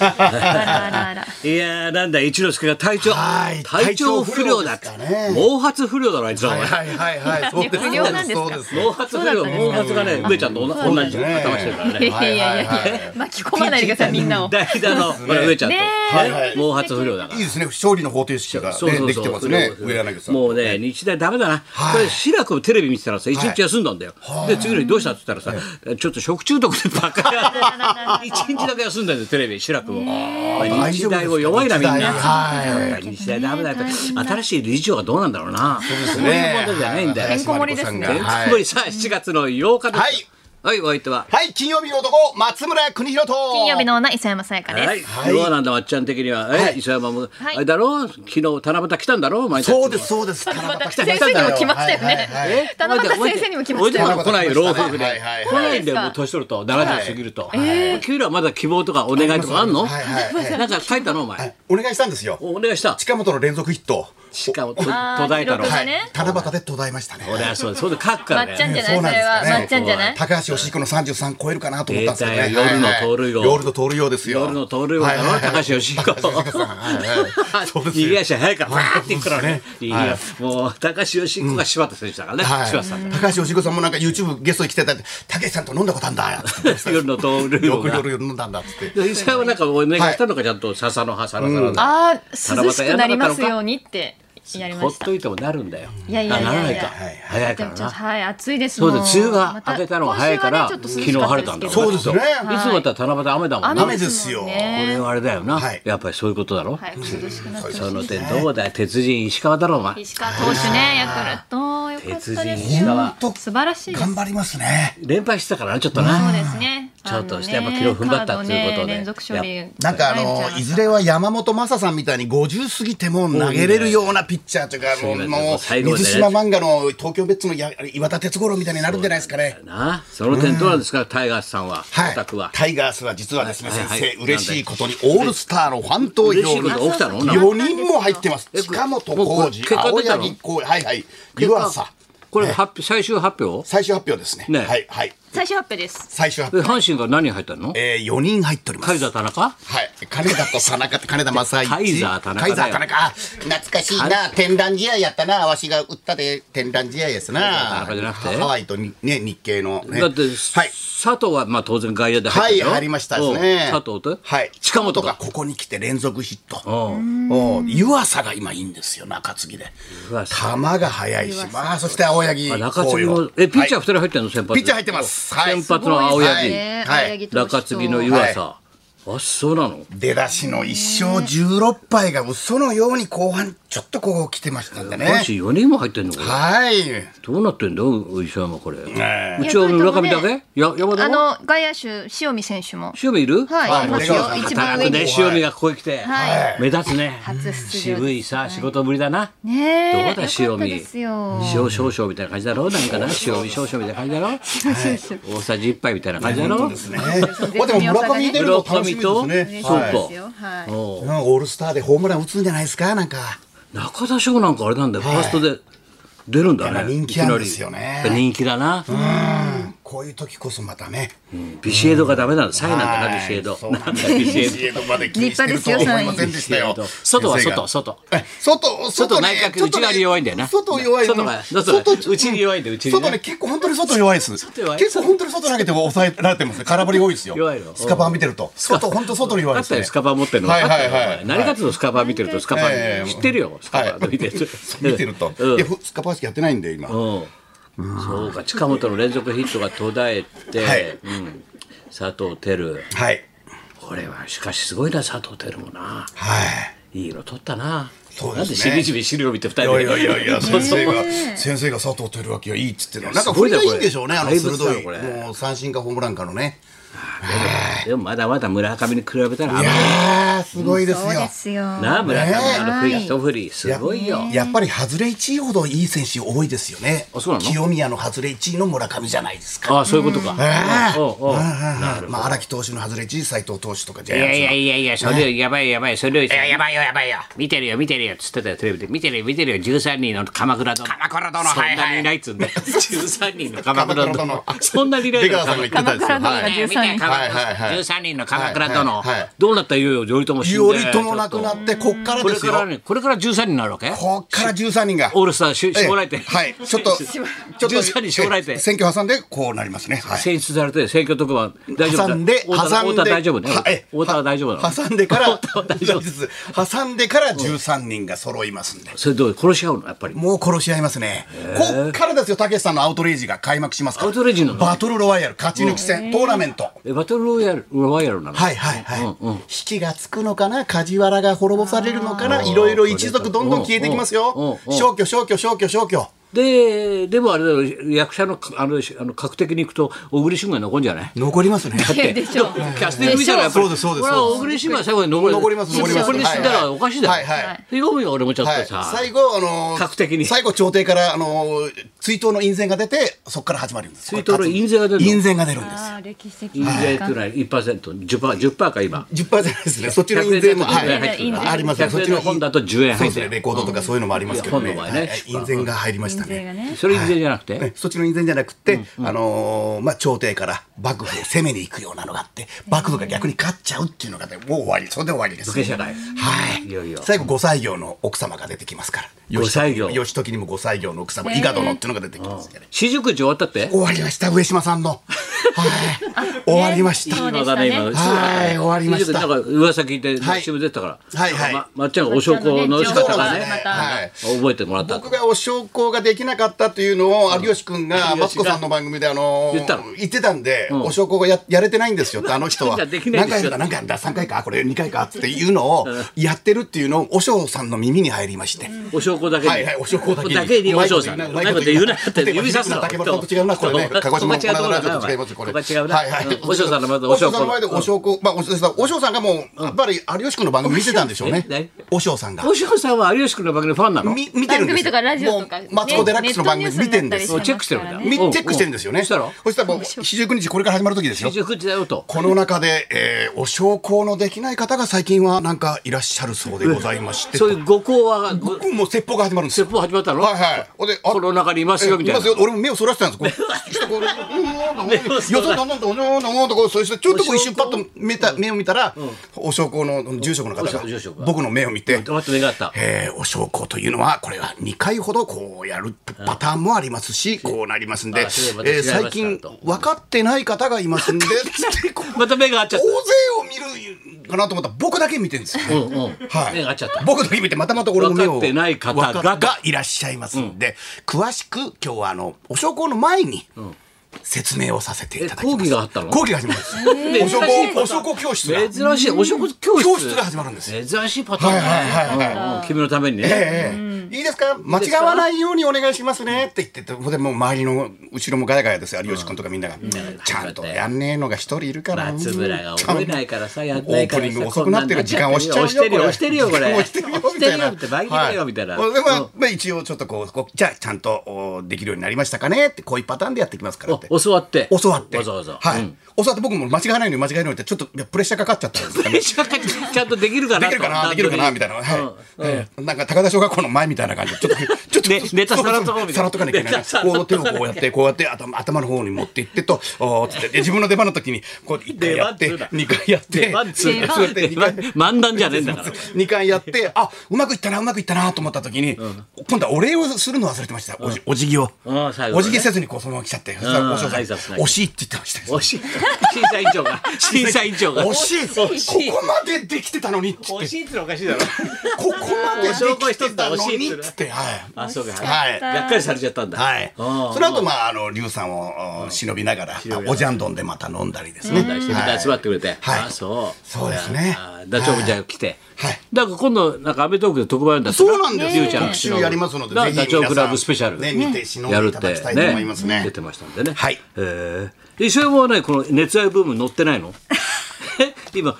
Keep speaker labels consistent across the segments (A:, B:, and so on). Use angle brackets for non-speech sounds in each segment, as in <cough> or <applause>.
A: あらあらあら。
B: いやーなんだ一之輔が体調
C: はい
B: 体調不良だって
C: 体調不良ですかね
B: 毛髪不良だろあいつはお前
C: はいは
A: <laughs>
C: いはい、そうです。
A: 不良なんですか
C: そうです。
B: 毛髪不良毛髪がね上ちゃんと同同じ頭して
A: <laughs>
B: るから
A: い
B: ね
A: やいやい
C: はい
A: や
C: はいい
A: や
C: は、
A: 巻き込まないでください、みん
B: <laughs>
A: なを。
B: 代打のほら上ちゃんと
A: ね
C: はいはい
B: 毛髪不良だから
C: <laughs> いいですね、勝利の方程式が、
B: そうそうそ
C: ね、
B: う
C: できてますね、
B: そう
C: 上柳さん。
B: もうね、日大だめだな、
C: はい
B: これ、志らくテレビ見てたらさ、一日休んだんだよ、で、次の日どうしたって言ったらさ、ちょっと食中毒でばっかり、一日だけ休んだんだよ、テレビ、志らくを。まあ日大も弱いな、みんな。
C: 大丈夫ですか日大はい
B: やっぱり日大だめだよ、やっぱり新しい理事長がどうなんだろうな、そう
C: ですね
B: いうことじゃないんだよ。
A: んこ盛りですね
C: は
B: て
C: い
B: んつもりさ、7月の8日です。はい、お相手は。
C: はい、金曜日の男、松村邦弘と。
A: 金曜日の女、磯山さやかです。
B: はい、
C: はい
B: どうなんだ、まっちゃん的には、え、
C: はい
B: 磯山も、
A: はい
B: あれだろう、昨日七夕来たんだろう、毎年。
C: そうです、そ
A: <laughs>
C: うです。
A: また
C: 七夕
A: 先生にも来ましたよ
C: はいはいはい
A: ね。七夕先生にも来ましたよ。
B: おいでも来ないよ、老夫婦で
C: はいはいはい。
B: 来ないんだよ、もう年取ると、70過ぎると。給料はまだ希望とかお願いとかあんの
C: はいはいはい
B: なんか書いたのお前。
C: お願いしたんですよ。
B: お願いした。
C: 近本の連続ヒット。
B: しかも、と途
A: あー
B: 絶えたの。
A: 記録
C: は
A: が
C: い
A: ね。
C: 七夕で途絶えましたね。
B: 俺はそうです。それで書くか
A: ま
B: ら
A: っちゃん
B: ね。
A: じゃない、それは。
C: そうなん
A: ま
C: ですかね
A: っちゃんじゃない。
C: 高橋義彦の33超えるかなと思ったんですけどね。
B: 出たよ夜の盗塁王
C: はいはい夜の盗塁王ですよ。
B: 夜の盗塁王だろ
C: はいはいはい
B: 高橋義彦
C: 高橋義さんはいはいそうですよ
B: 逃げ足早いから、わーっていくからね。いいよ
C: はい
B: もう、高橋義彦が柴田選手だからね。
C: はい
B: 柴田さんが。
C: 高橋義子さんもなんか YouTube ゲストに来てたんで、たけしさんと飲んだことあんだよつって。
B: 夜の盗塁王
C: よく
B: が。
C: 夜夜飲んだんだっつって。
B: で磯山はなんかお願いしたのか、ちゃんと笹の葉、笹の
A: あ
B: 葉。
A: あ、涼しくなりますようにってやり
B: ほ
A: ま
B: っ
A: した。
B: といてもなるんだよ。
A: いやいやいやいや
B: あならないか。
C: はい
B: 早
A: で
B: いか
A: も
B: ら
A: ちょっ
B: な
A: と。はい、暑いです
B: そう
A: もん
B: だ梅雨が
A: また
B: 明けたのが早いから、
A: 今週
B: 昨
A: はねちょっと涼
B: 日
A: しか
B: 晴
A: っ
B: れ
A: た
B: たん
A: で
B: だ
A: す
B: も
A: けど
B: ん
C: そうですよね。
B: いつもだったら七夕雨だもん
A: 雨
B: な。こ
C: 雨ですよ
A: もん
B: れ
A: ね
B: はあれだよな
C: はい。
B: やっぱりそういうことだろ。
A: 早く涼しくなって
B: そ
A: ほ
B: の
A: し
B: 点どうだよ鉄人石川だろお前
A: い。。石川投手ね、ヤクルト良かったで
B: 鉄
A: す
B: 人
A: よ。
B: は
C: と
A: 素晴らしいです。
C: 頑張りますね。
B: 連敗してたからなちょっと
A: そうで
B: な。
A: すね。
B: ちょっとして
A: あのね
B: やっぱ気を踏ん張ったっていうこと
A: カ
B: で
A: ード連続勝利。
C: なんかあのいずれは山本昌さんみたいに50過ぎても投げれるようなピッチャーというかもう
B: そうだね
C: も
B: 最後
C: う
B: までね
C: 水島漫画の東京ベッツのや岩田哲五郎みたいになるんじゃないですかね。
B: なその点どうなんですかタイガースさんは。
C: は
B: お宅
C: い
B: は、。
C: タイガースは実はですね、
B: はいはい
C: 先生、嬉しいことにオールスターのファン投
B: 嬉しい
C: 票
B: こ
C: に
B: とが起きたの？なんか
C: 4人も入ってます。
B: え
C: 近本
B: もうこれ
C: 浩
B: 結果
C: 二、青
B: 出たの
C: 柳浩二、はいはい、
B: 結
C: 湯
B: 果
C: 浅。
B: これ発表最終発表？
C: 最終発表ですね。
B: ね
C: はいはい。
A: 最終発表です。
C: 最終発
B: で
C: 表。
B: 阪神が何入ったの？
C: えー、4人入っております。
B: カイザー田中？
C: はい、金田と田中、金田正一。
B: カイザー田中だよ
C: カイザー田中。あ懐かしいな。天覧試合やったな。わしが打ったで、天覧試合ですな。
B: 田中じゃなくて
C: ハワイとにね、日系の、ね。
B: だって
C: はい。
B: 佐藤はまあ当然外野で
C: は
B: 入っ
C: い、
B: たよ。
C: 入りましたですね。
B: うん佐藤と？
C: はい。
B: 近本が。
C: ここに来て連続ヒット。
B: うん。
C: おう湯浅が今いいんですよ、中継ぎで。
B: うわ
C: 球が速いし、まあ、そして青柳
B: あ
C: 紅葉。
B: 中継ぎもえピッチャー二
C: はい
B: 人入ってんの先発
C: ピッチャー入ってます。はい。
B: 先発の青柳
C: はいはい
B: 中継ぎの湯浅、あそうなの
C: 出だしの1勝16敗が嘘のように後半ちょっとこう来てましたんで
B: 阪
C: ね。
B: 神4人も入ってんのこれ
C: はい。
B: どうなってんだ石山これ、
C: え
B: うちは村上
A: ヤ
B: だ
A: クルトも
B: けや山田
A: あ
B: も
A: の外野手塩見選手も。
B: 塩見いる、
A: はい
C: はい
A: いますよ
C: これが
A: 一番上
B: 働く
A: に。
B: ね
A: ね
B: 塩見がここへ来て、
A: は
B: 目立つね
A: 初出場です
B: 渋いさ仕事ぶりだな、
A: え。
B: どうだ
A: よかった
B: 塩見
A: ですよ。
B: 塩少々みたいな感じだろなんかな塩味少々みたいな感じだろ、大さじ一杯みたいな感じだろ、
C: ね、まあでも村上出るの楽しみですね。
B: そう
C: は
B: か
C: い
A: ですよはい。
B: おう
C: うんオールスターでホームラン打つんじゃないですかなんか。
B: 中田翔なんかあれなんだよ、ファーストで出るんだ
C: いや
B: ね
C: 人気なんですよね
B: いきなり人気だな、
C: こういう時こそまたね。
B: ビシエドがダメなんだサイなんだなビシエド
C: そう
B: なんだビシエド
C: ビシエドまで気にしてるとは思いませんでしたよ。
B: 外は外
C: 先生が。
B: 外
C: え外、
B: 外
C: ね
B: 内角
C: ちょっと
B: 内
C: ね
B: 側に弱いんだよな
C: 外弱い。
B: 外が外が内に弱いんだよ内にね
C: 外ね、結構本当に外弱いです。
B: 弱い
C: 結構本当に外投げても抑えられてますね。空振り多いですよ。
B: 弱いの
C: スカパー見てると。外、本当外に弱い
B: あ
C: で
B: っ
C: す
B: た
C: ね。
B: よスカパー持ってるの
C: はいはいはい
B: あったよ何かつのスカパー見てるとスカパ
C: え
B: ー
C: え
B: 知ってるよスカパー
C: はい
B: 見てる
C: 見てると。
B: うん
C: いや、ふスカパーしかやってないんで、今。
B: うんそうか近本の連続ヒットが途絶え
C: はい
B: てうん佐藤輝
C: はい。
B: これはしかしすごいな佐藤輝もな
C: はい。
B: いい色取ったな
C: そう
B: な
C: で
B: ん
C: す
B: でし
C: ね
B: びじび資料見て二
C: い
B: 人
C: や
B: で
C: いやいやいや、
B: そう
C: 先
B: そう
C: 生が、先生が佐藤輝明がいいっつってのは、なんか
B: すご
C: 振
B: い
C: り
B: な
C: がいい
B: こ
C: ん
B: れ
C: でしょうね、あの
B: 怪物
C: 鋭
B: だよ
C: い、
B: これ
C: もう三振かホームランかのね。
B: でもまだまだ村上に比べたら
C: い
B: 甘い
C: やー、すごいです
A: そう
C: よ。
A: ですよ。
B: な村上のフリー
A: はい
B: 一振りすごいよ
C: やっぱり外れ1位ほどいい選手多いですよね。
B: あそうなの
C: 清宮の外れ1位の村上じゃないですか。
B: ああそういうことか
C: ええ
B: おうおう
C: うんまあ、荒木投手の外れ1位、斎藤投手とかジ
B: い
C: ャイアン
B: や
C: ツ
B: い
C: の
B: やいやいや、それよりやばいやばい、それよりさ、
C: ばいよ、やばいよ。
B: 見てるよ見てるよっつってたよ、テレビで。見てるよ見てるよ、13人の鎌倉殿。鎌
C: 倉殿
B: そん
C: はい
B: な
C: はい
B: にいないっつうんだよ。13人の鎌
C: 鎌
B: 倉殿
C: 倉殿。
B: そんなにいない
C: 出
B: の
C: 川さんが言ってたんですよ。
A: 鎌倉殿
C: は
A: が
C: い
B: 見て
A: 13人。
B: 鎌
C: はいはいはい
B: 13人の鎌倉殿、
C: はいはいはい
B: どうなったらいよいよ頼朝死んで
C: 頼朝亡くなってこっから
B: こ
C: で
B: れ
C: す
B: か
C: よ
B: らねこれから13人になるわけ
C: こっから13人が
B: オールスターし将来
C: え
B: 点、
C: えはいちょ
B: <laughs>
C: っとちょっと
B: 13人将来点
C: ええ選挙挟んでこうなりますねはい
B: 選出されて選挙特番大丈夫
C: 挟んで
B: 太田
C: 挟んで
B: 太田大丈夫ね
C: はええ
B: 太田は大丈夫なの
C: 挟んでから
B: 太田は
C: <laughs>
B: 大丈夫
C: ずつ挟んでから13人が揃いますんで
B: それどう殺し合うのやっぱり
C: もう殺し合いますねこっからですよたけしさんのアウトレイジが開幕しますから
B: アウトレイジなの
C: バトルロワイヤル勝ち抜き戦トーナメント
B: えバトルロイヤルロワイヤルなの
C: はいはいはい、引きがつくのかな梶原が滅ぼされるのかないろいろ一族どんどん消えてきます
B: うんうん
C: よ
B: うん
C: 消去消去消去消去
B: ででもあれだよ役者のあのあの格的に行くと小栗旬が残るんじゃない
C: 残りますね
A: えでしょう。
B: <laughs> キャスティング見たらやっぱり
C: そうですそうで
B: こ
C: す
B: れは小栗旬が最後に残る
C: 残ります残ります
B: これで死んだらおかしいだろ
C: はいはい
A: はい
B: ひどいよ俺もちょっ
C: は
B: と
C: い、
B: さ、
C: 最後、あのー
B: 格的に
C: 最後、朝廷から、あのー追悼の印税が出て、そこから始まるんです。
B: 追悼の印税が出るの
C: 印税が出るんです。
A: ああ歴史的
B: 印税っていうのは1%、10%, 10%か今。
C: 10%じゃないですね。そっちの
B: 100
C: 印
B: 円
C: 税も、
B: だと10
C: は
A: 入っ
B: 円
A: てる
C: い、ありますね。そ
B: 100
C: っ
B: 円
C: ちの
B: の本だと10円
C: そ
B: 入っ
C: うで
B: て
C: すね。レ
B: る。
C: コードとかそういうのもありますけ
B: い
C: ど
B: や
C: ね。
B: 本の場合
C: は
B: ね
C: い印税が入りました
A: 税が
C: ね。
A: ね。
B: それ印税じゃなくて、
C: えそっちの印税じゃなくて、あのーまあ、朝廷から幕府へ攻めに行くようなのがあって、幕府が逆に勝っちゃうっていうのがね、もう終わり、それで終わりです。
B: 武家社会。
C: はい。
B: いよいよ
C: 最後、ご歳業の奥様が出てきますから。
B: ご歳業
C: 義時にもご歳業の奥様、伊賀殿っていうのが出てきますからね。
B: 四十九時終わったって
C: 終わりました、上島さんの。はい。終わりまし
A: そ
C: た
A: う。でしたね
B: 今
C: はい終わりまし
B: な
C: た
B: んか噂聞いて、
C: はい
B: CM 出てたから。
C: はいはい
B: ままっちゃんがお焼香の仕方がね
A: また
C: はい。
B: 覚えてもらったと
C: 僕。がお焼香ができなかったというのを有吉君が
B: 有吉が
C: マツコさんの番組であのー
B: 言ったの
C: 言ってたんで、お焼香がややれてないんですよってあの人
B: <laughs>
C: は
B: じゃあできない
C: 何
B: んです
C: 回
B: よ
C: か何回だ3回かこれ2回かっていうのをやってるっていうのをお嬢さんの耳に入りまして、
B: お焼香だけに。
C: はいはい、お焼香だけに。
B: にお嬢さん。うまいこと言うなって指さすの。
C: 竹丸さんと違うな、これね。鹿児島のこの間と違いますよ、これ。
B: 違うな。
C: はいはい。
B: お嬢さんのまず
C: お
B: お
C: 嬢
B: 焼
C: さんの前でお
B: 香。
C: 嬢子、まあ、お嬢さん、お嬢さんがもう、やっぱり有吉君の番組見てたんでしょうね
B: え。
C: お嬢さんが。
B: お嬢さんは有吉君の番組のファンなの
C: み見てるんで
A: 番組
C: すよ。
A: とかラジオとか
C: もうマツコデラックスの番組見てるんです
A: ネットニュースになったり
C: よ。
A: し
B: チェックしてるんだ。
A: ね
C: みチェックしてるんですよね。
B: そしたら
C: そしたらもう、49日これから始まる時ですよ
B: 四。十九時だよと。
C: この中で、えー、お焼香のできない方が最近はなんかいらっしゃるそうでございまして。
B: そういう五行はご
C: 僕もう説法が始まるんですよ
B: 説。法始まったの。
C: はいはい。ほんであ
B: この中にいますよみたいな
C: えいますよ俺も目をそらしてたんです。こ
B: <laughs>
C: う、してこう、うんうんうんうんよそなんなんと、うんうんうんうんとこう、そうして、ちょっとこう一瞬パッと目た、目を見たら、お焼香の住職の方
B: お
C: が
B: 住職が
C: 僕の目を見て、
B: 待って目があった。
C: えーお焼香というのは、これは2回ほどこうやるパターンもありますし、こうなりますんで、え
B: あそれまた違います
C: ー
B: から
C: 最近
B: と
C: 分かってない方がいますんで、つってこう
B: また目が合っちゃ
C: 大
B: っ
C: 勢
B: た。
C: を見るかなと思ったら、僕だけ見てるんですよね。
B: うんうん
C: はい、
B: 目が合っちゃった。
C: 僕だけ見てまたまた俺の目
B: 分
C: を
B: かってない方が
C: 分かっがいらっしゃいますんで、詳しく今日はあのお焼香の前に説明をさせていただきます
B: え講義があったの
C: 講義が始まるんです、お焼香お焼香教室が
B: 珍しいお食事教室
C: 教室が始まるんです
B: 珍しいパターンだねうんうん君のためにね
C: ええいいですか間違わないようにお願いしますねって言っててほんでもう周りの後ろもガヤガヤですよ有吉君とかみんなが、ちゃんとやんねえのが一人いるから
B: 松村が覚えないからさやんないから
C: オープ
B: さ
C: ニング遅くなってる時間押しちゃうよ
B: 押してるよ押してるよこれ
C: 押してるよ
B: 押し
C: み
B: て
C: た
B: る
C: い
B: よ
C: な
B: って倍切れよみたいな
C: はいでまあ
B: うん
C: まあ一応ちょっとこうこうじゃあちゃんとおできるようになりましたかねってこういうパターンでやってきますからって
B: お教わって
C: 教わって
B: わざわざ
C: はい
B: うん
C: 教わって僕も間違えないのに間違えないのにってちょっといやプレッシャーかかっちゃったんですかね
B: ちゃんとできるか
C: で
B: な
C: きるかなできるかなみたいな、はいええなんか高田小学校の前みたいな感じでちょっとちょ
B: <laughs>
C: っ
B: ね
C: と
B: ネタ皿のとこみたいな
C: 皿とかにいけないな
B: ネタ皿
C: こう手をこうやってこうやって頭頭の方に持っていってとおーつってで自分の出番の時にこう一回やって
B: 出番っつうな
C: 二回やって
B: 出番っつうな
C: そうやって二回
B: 漫談じゃねえんだ
C: <laughs>
B: から
C: 2回やってあうまくいったなうまくいったなと思った時に、今度はお礼をするの忘れてましたおじお辞儀を、
B: うん最後ね
C: お辞儀せずにこうそのまま来ちゃってそしたらお嬢さん
B: 挨拶な
C: 「
B: い
C: 惜しい」って言ってました
B: おしい審査委員長が審査委員長が
C: 惜しい
B: 惜しい
C: ここまでできてたのにって言っ
B: 惜
C: て
B: しいってのおかしいだろ
C: ここまでできてた
B: お
C: の
B: 証拠一つだ惜し
C: に
B: い
C: っ
B: っつ
C: つっ、
B: って
C: はい。
B: あそうか
C: はい。
B: がっかりされちゃったんだ
C: はい。
B: うん
C: その後、まあ、あの、龍さんをお忍びながら、おじゃんどんでまた飲んだりですね。
B: みんな集まってくれて
C: はい
B: あそう
C: そうですね
B: あダチョウみたいな来て
C: はい
B: だから今度なんかアメトークで特番やるんだって
C: そうなんですよ。
B: ゆうちゃん
C: 特集やりますので、
B: な
C: ぜひ
B: ダチョウ倶楽部スペシャル
C: ね、見て忍ん
B: や
C: で
B: るっ
C: い
B: た
C: だ
B: て
C: きたいと思います
B: ね
C: ね
B: 出。てましたんでね
C: はい
A: <laughs>
B: ええそれもねこの熱愛ブーム乗ってないのえ今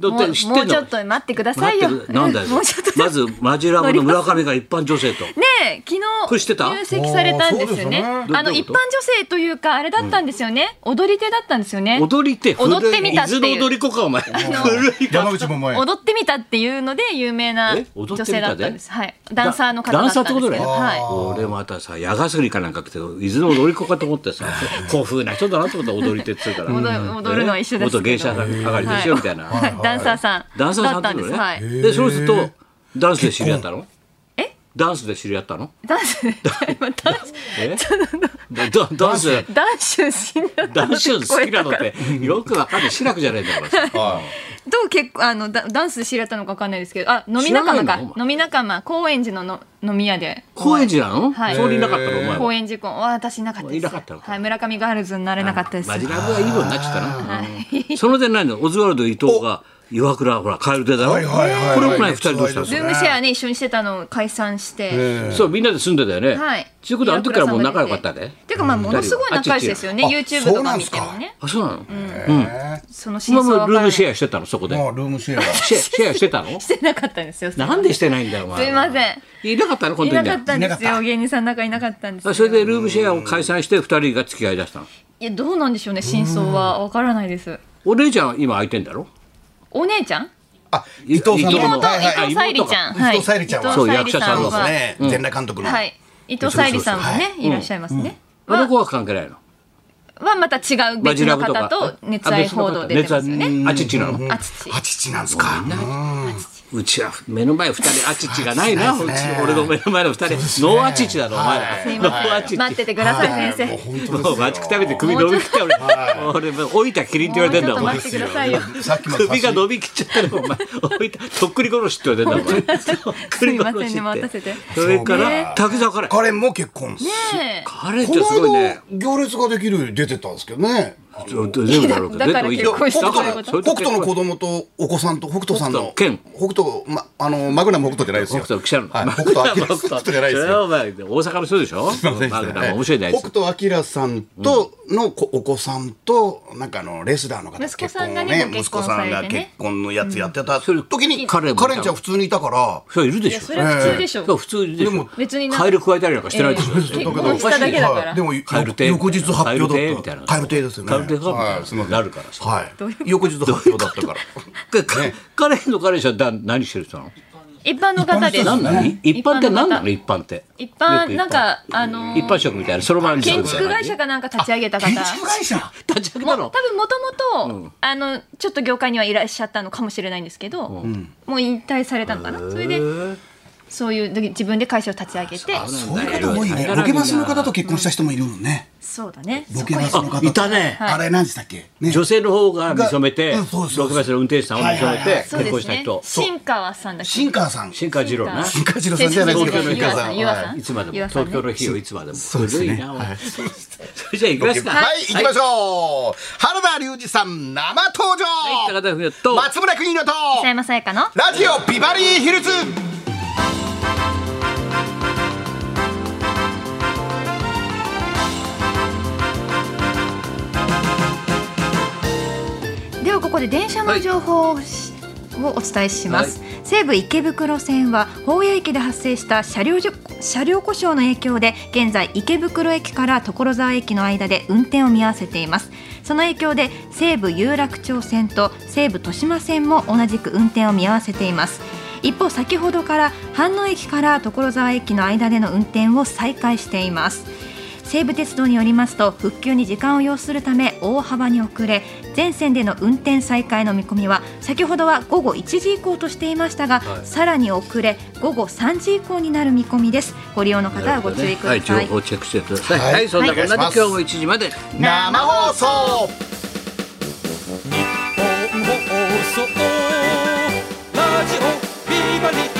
B: だ
A: もう
B: って知って
A: も
B: ん
A: う
B: だ
A: ちょ
B: もん
A: っと待ってくださいよ。
B: 待ってくなんだよ
A: <laughs> もうちょっと。
B: ま <laughs> ずマジラブの村上が一般女性と
A: ねえ昨日
B: これ知ってた
A: 入籍されたんですよね。
C: あ
A: あ
B: うですよねど
A: の
B: どういう
A: 一
B: こ
A: 般
B: と
A: 女性というかあれだったんですよね。踊り手だったんですよね。
B: 踊り手
A: 踊ってみたっていう
B: 古伊豆の踊り子かお前古い
C: 山口百恵
A: 踊ってみたっていうので有名な
B: え踊って
A: 女性
B: みたで
A: だったんです。はい。ダンサーの方だ
B: ダン
A: っ
B: サ
A: た
B: ー
A: ん
B: っ
A: ですけ
B: てこと
A: ど。
B: だよね
A: はい。
B: 俺またさ矢がすりかなんか来て伊豆の踊り子かと思っ
A: <laughs>
B: てさ古風な人だなと思ったら踊り手っつうから
A: 踊踊るのは一緒ですけど
B: 元芸者上がりですよみたいな
A: はいダンサーさん
B: ダンサー
A: だ
B: さ
A: っ
B: んだ
A: た
B: っ
A: ん
B: た
A: です。
B: のね、
A: はい。
B: でその人とダンスで知り合ったの
A: え
B: ダンスで知り合ったの
A: ダンス、今ダンス、 <laughs>
B: えダダダンス
A: ダンス好きなの
B: ダンス好きなのってよくわかんない志らくじゃないんだからさ
A: どう結構あのダダンスで知り合ったのかわかんないですけど、あ飲み仲
B: 知
A: 間
B: らな
A: か
B: いのお前
A: 飲み仲間高円寺のの飲み屋で
B: 高円寺なの、
A: はい
B: そういなかったのお前
A: 高
B: は
A: 円寺婚は私いなかったです。
B: いなかったのか
A: はい村上ガールズになれなかったです。
B: マジラブはいいもんなっちゃったな、うんその点ないのオズワルド伊藤が岩倉ほら蛙亭だろ、
C: はいはいはいはい
B: これ良くない二人どうしたの
A: ズームシェアね一緒にしてたのを解散して。
B: そうみんなで住んでたよね、
A: はい。
B: ということはあの時からもう仲良かったね
A: てかまあものすごい仲良しですよね。
C: あ違う
A: YouTube とか見てもね。
B: あそうなの、
A: その
B: お
A: 真相は
B: 前も
A: わか
B: ルー
A: らな
B: ム
A: い。
B: シ
A: し
B: ェアしてたのそこで、
C: まあルームシェア
B: シェアシェアしてたの
A: てなかったんですよ。
B: なんでしてないんだよお前
A: すいません
B: いなかったのこの
A: い
B: 時
A: な
B: に
A: かったんです
C: いなかった
A: よ芸人さんの中いなかったんですよ。
B: それでルームシェアを開催して二人が付き合いだしたの
A: いやどうなんでしょうね真相はわからないです。
B: お姉ちゃんは今空いてんだろ
A: お姉ちゃん？
C: あ伊藤さん
B: 伊藤
A: 妹
C: はいはい
A: 伊藤沙莉ちゃん。はい
C: 伊藤沙莉ちゃんは
A: 伊藤沙莉
B: そう
C: そう
B: 役者
C: です
B: さ
A: は
C: ね全裸監督の
A: はい。伊藤沙莉さんもねいらっしゃいますね。
B: あの子は関係ないの
A: はまた違う別の方と熱愛報道出てますよ
B: あ別
A: ね。
B: の方あちちなの
A: あ父
C: あ父なんですか
B: うちは目の前二人あちちがないなうち俺の目の前の二人ノーあちちだろお前ら
A: すい
B: ノ
A: ま
B: ーあ
A: せ
B: ち
A: ん。待って
B: ち
A: てください先
C: もう
A: 生。
C: 本当
B: もう待ちくたびて首
A: もうちょ
B: 伸
A: っと
B: びきった俺俺もう老いたキリンって言われてんだお
A: もうちょっと
B: 前
A: 待ってくださいよ。
C: さっきまで
B: 首が伸びきっちゃったのお前老いたとっくり殺しって言われてん
C: <laughs>
B: だお前とっくり殺
A: すいませんね待た
B: し
A: せ
B: って
A: て
B: それから滝沢カレン
C: 彼も結婚
A: ねえ
B: カレンっ
C: こ
B: てすごい
C: の
B: ね
C: 間行列ができる出てたんですけどね
B: 全部だろうけ
A: だから
B: ど全部いい
A: 結婚し
C: 北
A: た
B: だ
A: という
B: から
A: こ
C: 斗
A: と
B: それと
C: 北
B: 結
C: 斗の
B: 婚
C: 子供とお子さんと北斗さんの
B: 北斗健
C: 北斗まあのマグナム北斗じゃないですよ
B: 北斗記者の
C: はい北斗晶北斗じゃないです
B: それは
C: よ
B: お前大阪の人でしょマグナム面白いね
C: 北斗晶さんとのこお子さんとなんかあのレスラーの方
A: 息子さんがね
C: 結婚を
A: ご
C: 息
A: 結
C: 子
A: 婚
C: さ
A: さ
C: ん
A: れ
C: が
A: てね
C: 結婚のやつやってた
B: それ
C: 時にカ
B: カレ
C: レン
B: ン
C: ちゃん普通にいたから
B: 人いるで
A: いや
B: し
A: そ
B: ょ
A: れは普通でしょ。
B: そう普通でし
C: でも
B: ょ
A: 別にな
B: カエル加えたりなんかしてないでしょ
A: ええ結婚しただけだから
C: はいでも
B: カエル亭
C: 翌日発表だ
B: カエル亭
C: っ
B: みたいな
C: たカエル亭ですよね
B: カエル亭か
C: はいすいません
B: なるからさ
C: はい翌日発表だったから
B: でかカレンの彼氏はだ何してる人なの
A: 一般の方です。
B: 何なの一般って何なの一般って
A: 一
B: よく
A: 般
B: 一般
A: なんかあのー
B: 一般職みたいなそのまま
A: 建築会社かなんか立ち上げた方。
C: 建築会社
B: 立ち上げ
A: もう
B: た
A: 多
B: の
A: 分もともとあのちょっと業界にはいらっしゃったのかもしれないんですけど、もう引退されたのかなそれでそういうで自分で会社を立ち上げて
C: そういう方多いねロケバスの方と結婚した人もいるもんね
A: そうだね
C: ロケバスの方
B: あいたね
C: あれ何でしたっけね
B: 女性の方が認めて
C: うんそうそうそう
B: ロケバスの運転手さんを認め
C: はいはいは
B: て
C: い
A: そう
B: 結婚
A: で
B: し
A: す
B: た
A: ね
B: 人
A: 新川さんだっけ
C: 新川さん
B: 新川次郎な
C: 新川次郎さんじゃないですけど
A: 東京の
C: 新川さん
A: 湯浅
C: はい
B: つまで
A: 湯
B: も
A: 浅ね
B: 東京の日をいつまでも
C: うです
B: 古
C: ね
B: いなおいそれじゃあ行きますか
C: はい、行きましょう。原田龍二さん生登場。
B: はい高田文夫と
C: 松村邦洋と。
A: 北山さやかの
C: ラジオビバリーヒルズ。
A: ではここで電車の情報をし、をお伝えします、西武池袋線は法谷駅で発生した車両じゅ車両故障の影響で現在池袋駅から所沢駅の間で運転を見合わせていますその影響で西武有楽町線と西武豊島線も同じく運転を見合わせています一方先ほどから飯能駅から所沢駅の間での運転を再開しています西武鉄道によりますと復旧に時間を要するため大幅に遅れ全線での運転再開の見込みは先ほどは午後1時以降としていましたが、さらに遅れ午後3時以降になる見込みですご利用の方はご注意くださ、
B: はいい、情報チェックしてください。
C: は
B: はいい、そんなこんなで
C: お願い
B: 今
C: します
B: 日も1時まで。
C: 生放送。
D: 放送ラジオビバリー